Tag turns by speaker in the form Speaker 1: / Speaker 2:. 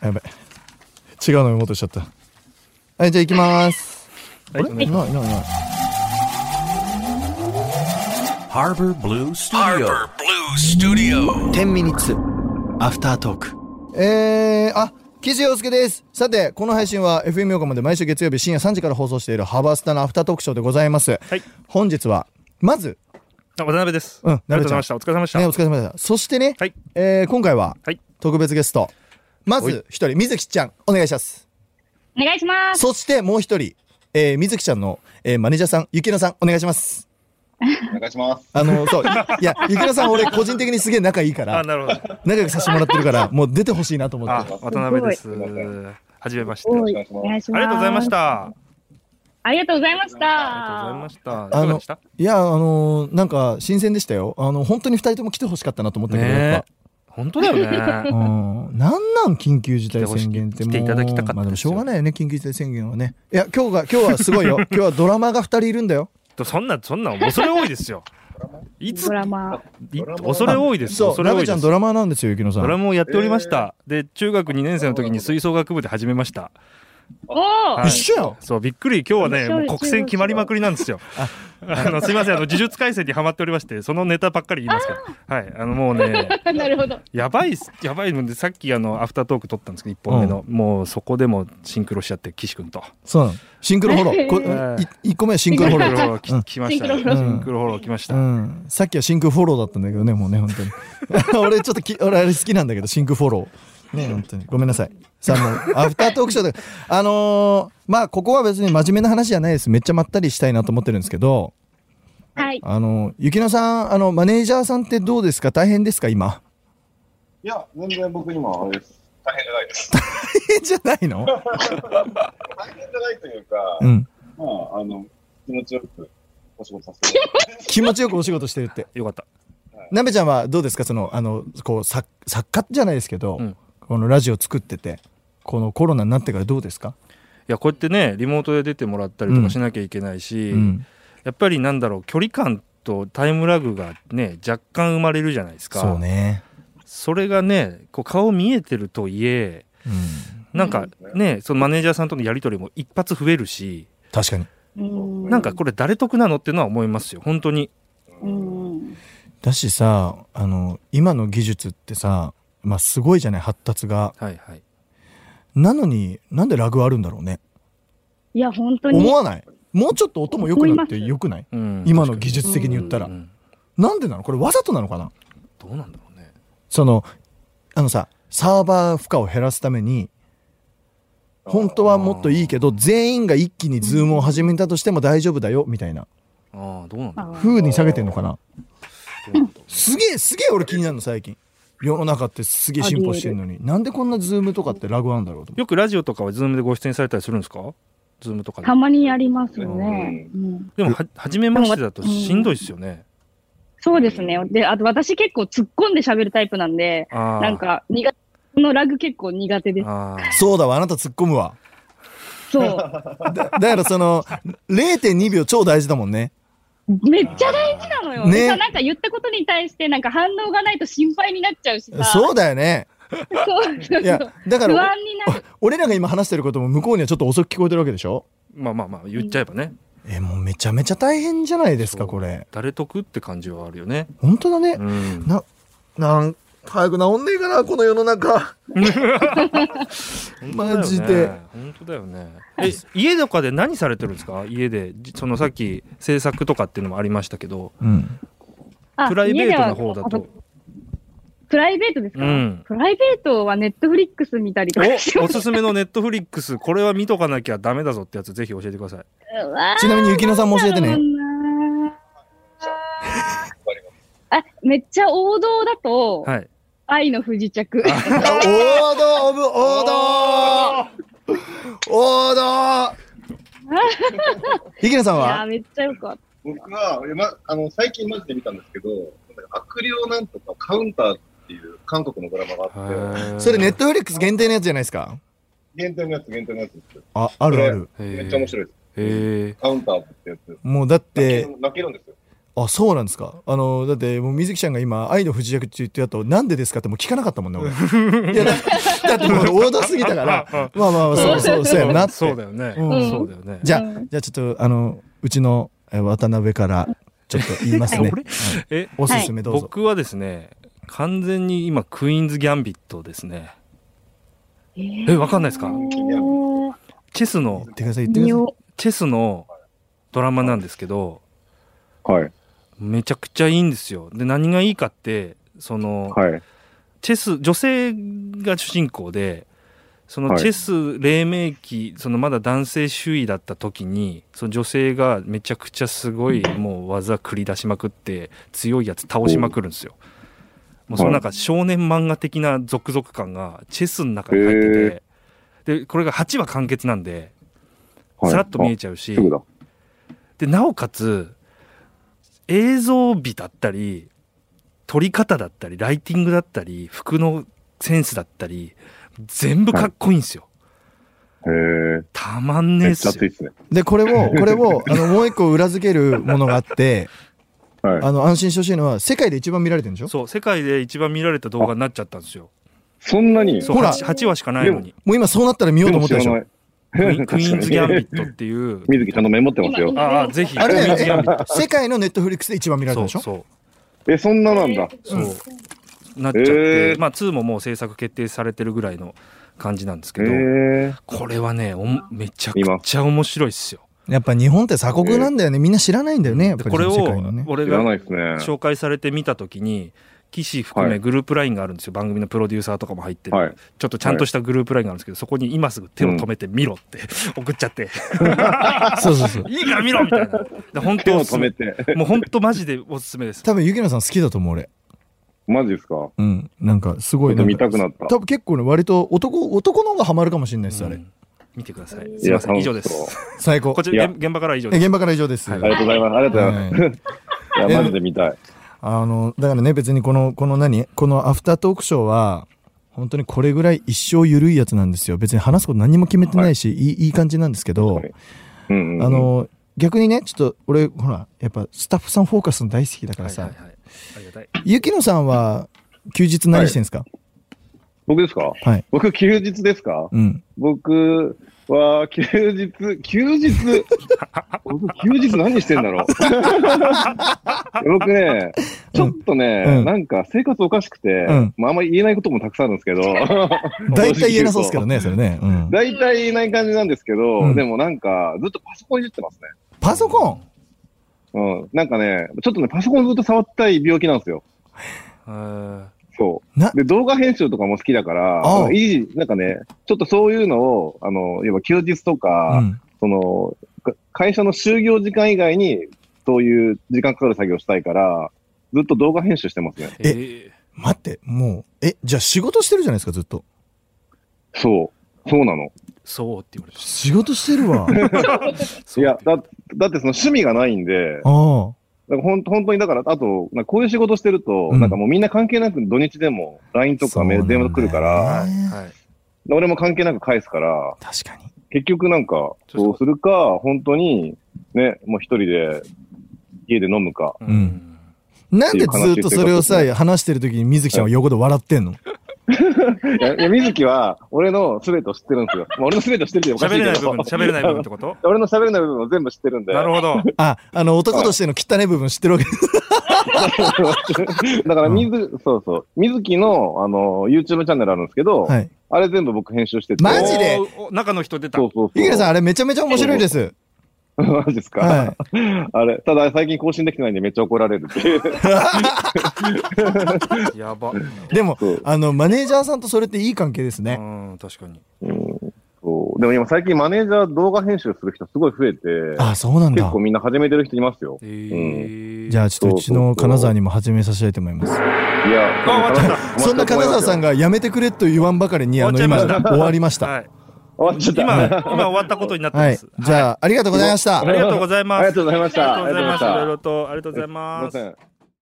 Speaker 1: やべ違うの読もうとしちゃったはいじゃあ行きますあれ
Speaker 2: はい
Speaker 1: いないいないいない
Speaker 3: Harbor Blue Studio.
Speaker 4: Harbor Blue Studio.
Speaker 5: 10ミニッツアフタートーク
Speaker 1: えー、あ岸洋介ですさてこの配信は FM 横浜で毎週月曜日深夜3時から放送しているハバスタのアフタートークショーでございます、
Speaker 2: はい
Speaker 1: 本日はまず、
Speaker 2: あ渡辺です。
Speaker 1: うん
Speaker 2: ありがとうございました。お疲れ様でした。
Speaker 1: ね、お疲れ様でしたそしてね、
Speaker 2: はい
Speaker 1: えー今回は
Speaker 2: はい
Speaker 1: 特別ゲストまず一人水木ちゃんお願いします
Speaker 6: お願いします。
Speaker 1: そしてもう一人、えー、水木ちゃんの、えー、マネージャーさんゆきのさんお願いします
Speaker 7: お願いします。
Speaker 1: あのそういやゆきのさん俺個人的にすげえ仲いいか
Speaker 2: あ
Speaker 1: ら
Speaker 2: なるほど。
Speaker 1: 仲良くさせてもらってる からもう出てほしいなと思
Speaker 2: あ
Speaker 1: って
Speaker 2: 渡辺です。はじめまして。あり
Speaker 7: 願いします
Speaker 6: お願いしま
Speaker 2: が
Speaker 6: す。
Speaker 2: とうございました。あ
Speaker 6: ありがとうございました。
Speaker 2: りがとうございました。い
Speaker 1: あ
Speaker 2: かが
Speaker 1: の
Speaker 2: でした？
Speaker 1: いやあのーなんか新鮮でしたよあの本当に二人とも来てほしかったなと思ったけど、やっ
Speaker 2: ねえ本当だよ
Speaker 1: ぱう
Speaker 2: ね。
Speaker 1: んなんなん緊急事態宣言って
Speaker 2: 来てほしい来ていただきたかったですよ
Speaker 1: まあでもしょうがないよね緊急事態宣言はねいや今日が今日はす ごいよ今日はドラマが二人いるんだよ
Speaker 2: とそんなそんな恐れ多いですよ。いつ
Speaker 6: ドラマ。
Speaker 2: い恐れ多いです。
Speaker 1: そう
Speaker 2: 恐れ
Speaker 1: ラ
Speaker 2: 多い
Speaker 1: ベち
Speaker 2: で
Speaker 1: ゃん
Speaker 2: す
Speaker 1: ド。ラマーなんですよゆきのさん
Speaker 2: ドラムをやっておりました。で中学2年生の時に吹奏楽部で始めました。
Speaker 6: お
Speaker 2: は
Speaker 6: ー
Speaker 2: い
Speaker 1: 一緒よ
Speaker 2: そうびっくり今日はね
Speaker 6: 面白い
Speaker 2: もう国選決まりまくりなんですよ。あのすいませんあの呪術廻戦にハマっておりましてそのネタばっかり言いますから。はいあのもうね。
Speaker 6: なるほど。
Speaker 2: やばいっすやばいのでさっきあのアフタートーク撮ったんですけど1本目の、もうそこでもシンクロしちゃって岸君と
Speaker 1: そうなのシンクロフォローこ
Speaker 2: うん
Speaker 1: い一個目はシンクロフォロー
Speaker 2: ーき来ましたね
Speaker 6: シンク
Speaker 1: ロ
Speaker 2: シンクロフォロー来ました、
Speaker 1: うん、さっきは真空フォローだったんだけどねもうね本当に 俺ちょっとき俺あれ好きなんだけど真空フォローね本当にごめんなさいさあもうアフタートークショーであのーまあここは別に真面目な話じゃないですめっちゃまったりしたいなと思ってるんですけど
Speaker 6: はい。
Speaker 1: あのー、ゆきのさんあのマネージャーさんってどうですか大変ですか今
Speaker 7: いや、全然僕にもあれです。大変じゃないです。
Speaker 1: えじゃないの
Speaker 7: 大変じゃないというか、
Speaker 1: うん
Speaker 7: まあ、あの、気持ちよくお仕事させても らって。
Speaker 1: 気持ちよくお仕事してるって
Speaker 2: よかった
Speaker 1: なべちゃんはどうですかそのあのこう作作家じゃないですけど、
Speaker 2: うん
Speaker 1: このラジオ作っててこのコロナになってからどうですか、
Speaker 2: いやこうやってねリモートで出てもらったりとかしなきゃいけないし、
Speaker 1: うん、
Speaker 2: やっぱりなんだろう距離感とタイムラグがね若干生まれるじゃないですか
Speaker 1: そうね、
Speaker 2: それがねこう顔見えてるとはいえ
Speaker 1: うん、
Speaker 2: なんかねそのマネージャーさんとのやり取りも一発増えるし
Speaker 1: 確かに
Speaker 6: うん
Speaker 2: なんかこれ誰得なのっていうのは思いますよ本当に
Speaker 6: うん。
Speaker 1: だしさあの今の技術ってさ、まあ、すごいじゃない発達が
Speaker 2: はいはい
Speaker 1: なのになんでラグあるんだろうね
Speaker 6: いや、本当
Speaker 1: 思
Speaker 6: に。
Speaker 1: わないもうちょっと音も良くなって
Speaker 6: 思います
Speaker 1: 良くない
Speaker 2: うん
Speaker 1: 今の技
Speaker 2: 確
Speaker 1: 術的に言ったら、
Speaker 2: かにうん
Speaker 1: なんでなのこれわざとなのかな
Speaker 2: どうなんだろうね
Speaker 1: そのあのさサーバー負荷を減らすために本当はもっといいけど全員が一気にズームを始めたとしても大丈夫だよみたいな
Speaker 2: ああどうなんだろう
Speaker 1: 風に下げてんのかな
Speaker 2: どうなんだろう
Speaker 1: すげえすげえ俺気になるの最近世の中ってすげえ進歩してんのになんでこんなズームとかってラグあるんだろうと思って
Speaker 2: よくラジオとかはズームでご出演されたりするんですかズームとかで
Speaker 6: たまにやりますよね。うん
Speaker 2: でもは初めましてだとしんどいですよね
Speaker 6: そうですね。で、あと私結構突っ込んで喋るタイプなんで、
Speaker 2: ああ
Speaker 6: なんか苦手、このラグ結構苦手です。
Speaker 2: ああ
Speaker 1: そうだわ、あなた突っ込むわ。
Speaker 6: そう。
Speaker 1: だだからその、0.2秒超大事だもんね。
Speaker 6: めっちゃ大事なのよ。
Speaker 1: ね
Speaker 6: でさなんか言ったことに対してなんか反応がないと心配になっちゃうしさ。
Speaker 1: そう
Speaker 6: う。
Speaker 1: だよね。
Speaker 6: そうそう
Speaker 1: いや、だか
Speaker 6: 不
Speaker 1: ら、
Speaker 6: 安になる。
Speaker 1: 俺らが今話してることも向こうにはちょっと遅く聞こえてるわけでしょ
Speaker 2: まあまあまあ言っちゃえばね
Speaker 1: え、もうめちゃめちゃ大変じゃないです
Speaker 2: そ
Speaker 1: か、
Speaker 2: う
Speaker 1: これ。
Speaker 2: 誰得って感じはあるよね
Speaker 1: 本当だね
Speaker 2: う。ん
Speaker 1: な、なん、早く治んねえかな、この世の中。 マジで
Speaker 2: 本当だよねえ家とかで何されてるんですか家でじそのさっき制作とかっていうのもありましたけど
Speaker 1: うん。
Speaker 6: あ
Speaker 2: プライベートの
Speaker 6: 家
Speaker 2: 方
Speaker 6: で
Speaker 2: だ
Speaker 6: は
Speaker 2: と
Speaker 6: プライベートですか、
Speaker 2: うん
Speaker 6: プライベートはネットフリックス見たりとかして
Speaker 2: おお
Speaker 6: ま
Speaker 2: すすめのネットフリックスこれは見とかなきゃダメだぞってやつぜひ教えてください
Speaker 1: ちなみに、ゆきのさんも教えてね。
Speaker 6: ね。
Speaker 7: わかります
Speaker 6: あ、めっちゃ王道だと、
Speaker 2: はい
Speaker 6: 愛の不時着。
Speaker 1: 王道オブ王道王道ゆきのさん
Speaker 6: いや
Speaker 1: は
Speaker 6: ー、めっちゃよかっ
Speaker 7: 僕は、えま、あの、最近マジで見たんですけど、悪霊なんとかカウンターっていう韓国のドラマがあって、
Speaker 1: それネッ
Speaker 2: ト
Speaker 1: トフリックス限定のやつじゃないですか
Speaker 7: 限定のやつ、限定のやつですよ。
Speaker 1: あ、あるある。
Speaker 7: めっちゃ面白いです。
Speaker 2: へえ
Speaker 7: カウンターってやつ。
Speaker 1: もうだっ
Speaker 7: 泣け
Speaker 1: て
Speaker 7: る、泣けるんですよ。
Speaker 1: あそうなんですかあのだってもう水木ちゃんが今「愛の不時着」って言ってやったなんでですかってもう聞かなかったもんね 俺いやだだってもう王道すぎたからまあまあまあそうそうそうやんなって
Speaker 2: そうだよね。
Speaker 1: うん
Speaker 2: そうだよね。
Speaker 1: じゃあ、
Speaker 6: うん
Speaker 1: じゃあちょっとあのうちのえ渡辺からちょっと言いますね、はい
Speaker 2: え、
Speaker 1: おすすめどうぞ、
Speaker 2: 僕はですね、完全に今クイーンズギャンビットですね。
Speaker 6: えー
Speaker 2: え、わかんないですか。
Speaker 6: おー
Speaker 2: チェスの
Speaker 1: 言ってください言ってく
Speaker 6: 見
Speaker 1: ださい
Speaker 6: よ
Speaker 2: チェスのドラマなんですけど、
Speaker 7: はい。
Speaker 2: めちゃくちゃいいんですよ。で、何がいいかって、その、
Speaker 7: はい。
Speaker 2: チェス、女性が主人公で、その
Speaker 7: はい
Speaker 2: チェス黎明期、そのまだ男性周囲だった時に、その女性がめちゃくちゃすごいもう技繰り出しまくって、強いやつ倒しまくるんですよ。もうそのなんか少年漫画的な続々感がチェスの中に入ってて、で、これが8話完結なんで、
Speaker 7: はい
Speaker 2: さらっと見えちゃうし、
Speaker 7: すぐだ。
Speaker 2: でなおかつ映像美だったり撮り方だったりライティングだったり服のセンスだったり全部かっこいいんですよ、
Speaker 7: へえ。
Speaker 2: たまんねえ
Speaker 7: め
Speaker 2: っ
Speaker 7: っちゃ
Speaker 2: す
Speaker 7: 熱い
Speaker 2: よ
Speaker 7: っすね。
Speaker 1: でこれをこれをあのもう一個裏付けるものがあって
Speaker 7: はい。
Speaker 1: あの安心してほしいのは世界で一番見られてるんでしょ
Speaker 2: そう世界で一番見られた動画になっちゃったんですよ
Speaker 7: そんなに
Speaker 2: そう
Speaker 1: ほら
Speaker 2: 8, 話しかないのに
Speaker 1: もう今そうなったら見ようと思ったでしょ
Speaker 2: クイーンクイーンズ・ギャンビ
Speaker 7: ッ
Speaker 2: ットっていう
Speaker 7: 水木ちゃんのメモってますよ
Speaker 6: 今。
Speaker 2: ああぜひクイ
Speaker 1: あれ
Speaker 2: ーンズ・ギャンビット
Speaker 1: 世界のネットフリックスで一番見られた
Speaker 2: そう
Speaker 1: でしょ
Speaker 2: そう
Speaker 7: え、そんななんだ。
Speaker 2: そ
Speaker 1: う
Speaker 2: う、
Speaker 1: ん
Speaker 2: なっちゃって、
Speaker 7: へえ
Speaker 2: まあ2ももう制作決定されてるぐらいの感じなんですけ
Speaker 7: へ
Speaker 2: ど、
Speaker 7: え。
Speaker 2: これはねおんめちゃく
Speaker 7: 見ま
Speaker 2: ちゃ面白いっすよ
Speaker 1: やっぱ日本って鎖国なんだよねみんな知らないんだよねやっ
Speaker 2: で
Speaker 1: ぱり
Speaker 2: これ
Speaker 1: その世界
Speaker 2: を
Speaker 1: のね
Speaker 2: 俺
Speaker 7: 知ら
Speaker 2: が
Speaker 7: ないっすね。
Speaker 2: 紹介されて見た時に岸含
Speaker 7: は
Speaker 2: め
Speaker 7: い
Speaker 2: グループラインがあるんですよ番組のプロデューサーとかも入ってる、
Speaker 7: はい。
Speaker 2: ちょっとちゃんとしたグループラインがあるんですけどそこに今すぐ手を止めて見ろって、 送っちゃ って
Speaker 1: そうそうそう
Speaker 2: いいから見ろみたいなで本
Speaker 7: 手
Speaker 2: 当
Speaker 7: を
Speaker 2: おすす
Speaker 7: 止
Speaker 2: め
Speaker 7: めて。
Speaker 2: もう本当マジでおすすめです
Speaker 1: 多分ゆきのさん好きだと思う俺
Speaker 7: マジですか
Speaker 1: うんなんかすごいんか
Speaker 7: ちょっと見たくなった
Speaker 1: 多分結構ね割と男男の方がハマるかもしれないですあ
Speaker 2: う
Speaker 1: れ
Speaker 2: ん見てください
Speaker 7: い
Speaker 2: すい
Speaker 7: や
Speaker 2: ません以上で
Speaker 7: 楽しそう
Speaker 2: す
Speaker 1: 最高
Speaker 2: こち
Speaker 7: い
Speaker 2: ら
Speaker 7: や
Speaker 2: 現現場からは以上
Speaker 1: え
Speaker 2: です
Speaker 1: 現場から以上です
Speaker 2: はい
Speaker 7: ありがとうございます。ありがとうございます。い
Speaker 1: い
Speaker 7: や、マジで見たい。
Speaker 1: あのだからね別にこのこの何このアフタートークショーは本当にこれぐらい一生緩いやつなんですよ別に話すこと何も決めてないし、い、いいい感じなんですけど、
Speaker 7: はいうんうん。
Speaker 1: あ、の逆にねちょっと俺ほらやっぱスタッフさんフォーカスの大好きだから
Speaker 2: はい
Speaker 1: さ、
Speaker 2: はいはいありがたい
Speaker 1: ゆきのさんは休日何してんですか
Speaker 7: 僕ですか
Speaker 1: はい、
Speaker 7: 僕、休日ですか
Speaker 1: うん
Speaker 7: 僕は、休日、休 日、僕、休日何してんだろう。 僕ね、ちょっとね、
Speaker 1: うん
Speaker 7: なんか生活おかしくて、
Speaker 1: ん
Speaker 7: まあ、あんまり言えないこともたくさんあるんですけど、
Speaker 1: 大体言えなそうですけどねそれね、うん、
Speaker 7: 大体言えない感じなんですけど、
Speaker 1: うん
Speaker 7: でもなんか、ずっとパソコンいじってますね。
Speaker 1: パソコン
Speaker 7: うん。なんかね、ちょっとね、パソコンずっと触ったい病気なんですよ。
Speaker 2: あ
Speaker 7: そ
Speaker 1: な
Speaker 7: う。で、動画編集とかも好きだか
Speaker 1: あ
Speaker 7: ら、
Speaker 1: あ
Speaker 7: いい、なんかね、ちょっとそういうのを、あの、要は休日とか、
Speaker 1: うん
Speaker 7: その、か会社の就業時間以外に、そういう時間かかる作業したいから、ずっと動画編集してますね。
Speaker 2: ーえー
Speaker 1: 待ってもうえじゃあ仕事してるじゃないですかずっと
Speaker 7: そう。そうなの。
Speaker 2: そうって言われた
Speaker 1: 仕事してる わ
Speaker 7: い
Speaker 2: そう
Speaker 7: や
Speaker 2: っ、て
Speaker 7: だ、だってその趣味がないんで、
Speaker 1: あ
Speaker 7: だからほん本当にだから、あと、なんかこういう仕事してると、
Speaker 1: うん
Speaker 7: なんかもうみんな関係なく土日でも LINE とかメール電話来るから、
Speaker 1: そうなんだよね
Speaker 2: はい
Speaker 7: 俺も関係なく返すから、
Speaker 1: 確かに
Speaker 7: 結局なんか、そうするか、本当に、ね、もう一人で家で飲むか。
Speaker 2: うん
Speaker 1: なんでずっとそれをさ、話してる時に水木ちゃんは横で笑ってんの
Speaker 7: いや、いや水木は俺の全てを知ってるんですよ。まあ、俺の全てを知ってるっておかし
Speaker 2: 喋
Speaker 7: い
Speaker 2: れ
Speaker 7: け
Speaker 2: ない
Speaker 7: ど
Speaker 2: 部分喋れない部分ってこと
Speaker 7: 俺の喋れない部分を全部知ってるんで。
Speaker 2: な るほど
Speaker 1: あ、あの、男としての汚い部分知ってるわけ。
Speaker 7: だから水、そうそう。水木の、あの、YouTube チャンネルあるんですけど、
Speaker 1: はい。
Speaker 7: あれ全部僕編集してて。
Speaker 1: マジで
Speaker 2: おお中の人出た
Speaker 7: そうそうそう。
Speaker 1: ゆきらさん、あれめちゃめちゃ面白いです。
Speaker 7: ん。 マジですか、
Speaker 1: は
Speaker 7: あれ、ただ最近更新できてないんでめっちゃ怒られるっていう。
Speaker 2: やば
Speaker 1: い。でも
Speaker 7: そう、
Speaker 1: あの、マネージャーさんとそれっていい関係です
Speaker 2: う
Speaker 1: ね。
Speaker 2: ん確かに
Speaker 7: うんそうでも今最近マネージャー動画編集する人すごい増えて、
Speaker 1: あ、そうなん
Speaker 7: 結
Speaker 1: だ
Speaker 7: 構。みんな始めてる人いますよ。
Speaker 2: えー
Speaker 1: じゃあ、ちょっとうちの金沢にも始めさせたいと思います。
Speaker 7: いや、
Speaker 2: あ終わっちゃっ
Speaker 1: そんな金沢さんが
Speaker 7: が。
Speaker 1: やめてくれと言わんばかりに、あの、
Speaker 2: 終わっ
Speaker 1: 今、
Speaker 2: ちゃいました
Speaker 1: 終わりました。
Speaker 2: はい
Speaker 7: 終わっちゃった。
Speaker 2: 今 今
Speaker 7: あ
Speaker 2: 終わったことになって
Speaker 1: は
Speaker 2: ま
Speaker 1: い
Speaker 2: す。
Speaker 1: じゃあ、ありがとうございました
Speaker 2: あ。りがとうございます
Speaker 7: りがとうございました。
Speaker 2: ありがとうございま
Speaker 7: あ
Speaker 2: すい
Speaker 7: り
Speaker 2: ろい
Speaker 7: がとう
Speaker 2: ろとありがとうござい
Speaker 7: ござい
Speaker 2: ま
Speaker 7: ますす。